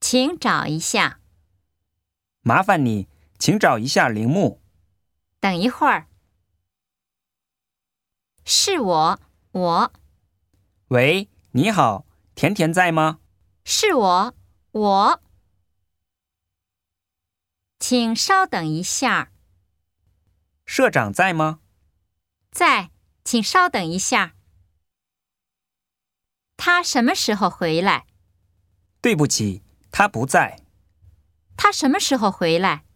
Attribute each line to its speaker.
Speaker 1: 请找一下。
Speaker 2: 麻烦你，请找一下铃木。
Speaker 1: 等一会儿，是我，我
Speaker 2: 喂，你好，甜甜在吗？
Speaker 1: 是我，我。请稍等一下，
Speaker 2: 社长在吗？
Speaker 1: 在，请稍等一下。他什么时候回来？
Speaker 2: 对不起，他不在。
Speaker 1: 他什么时候回来？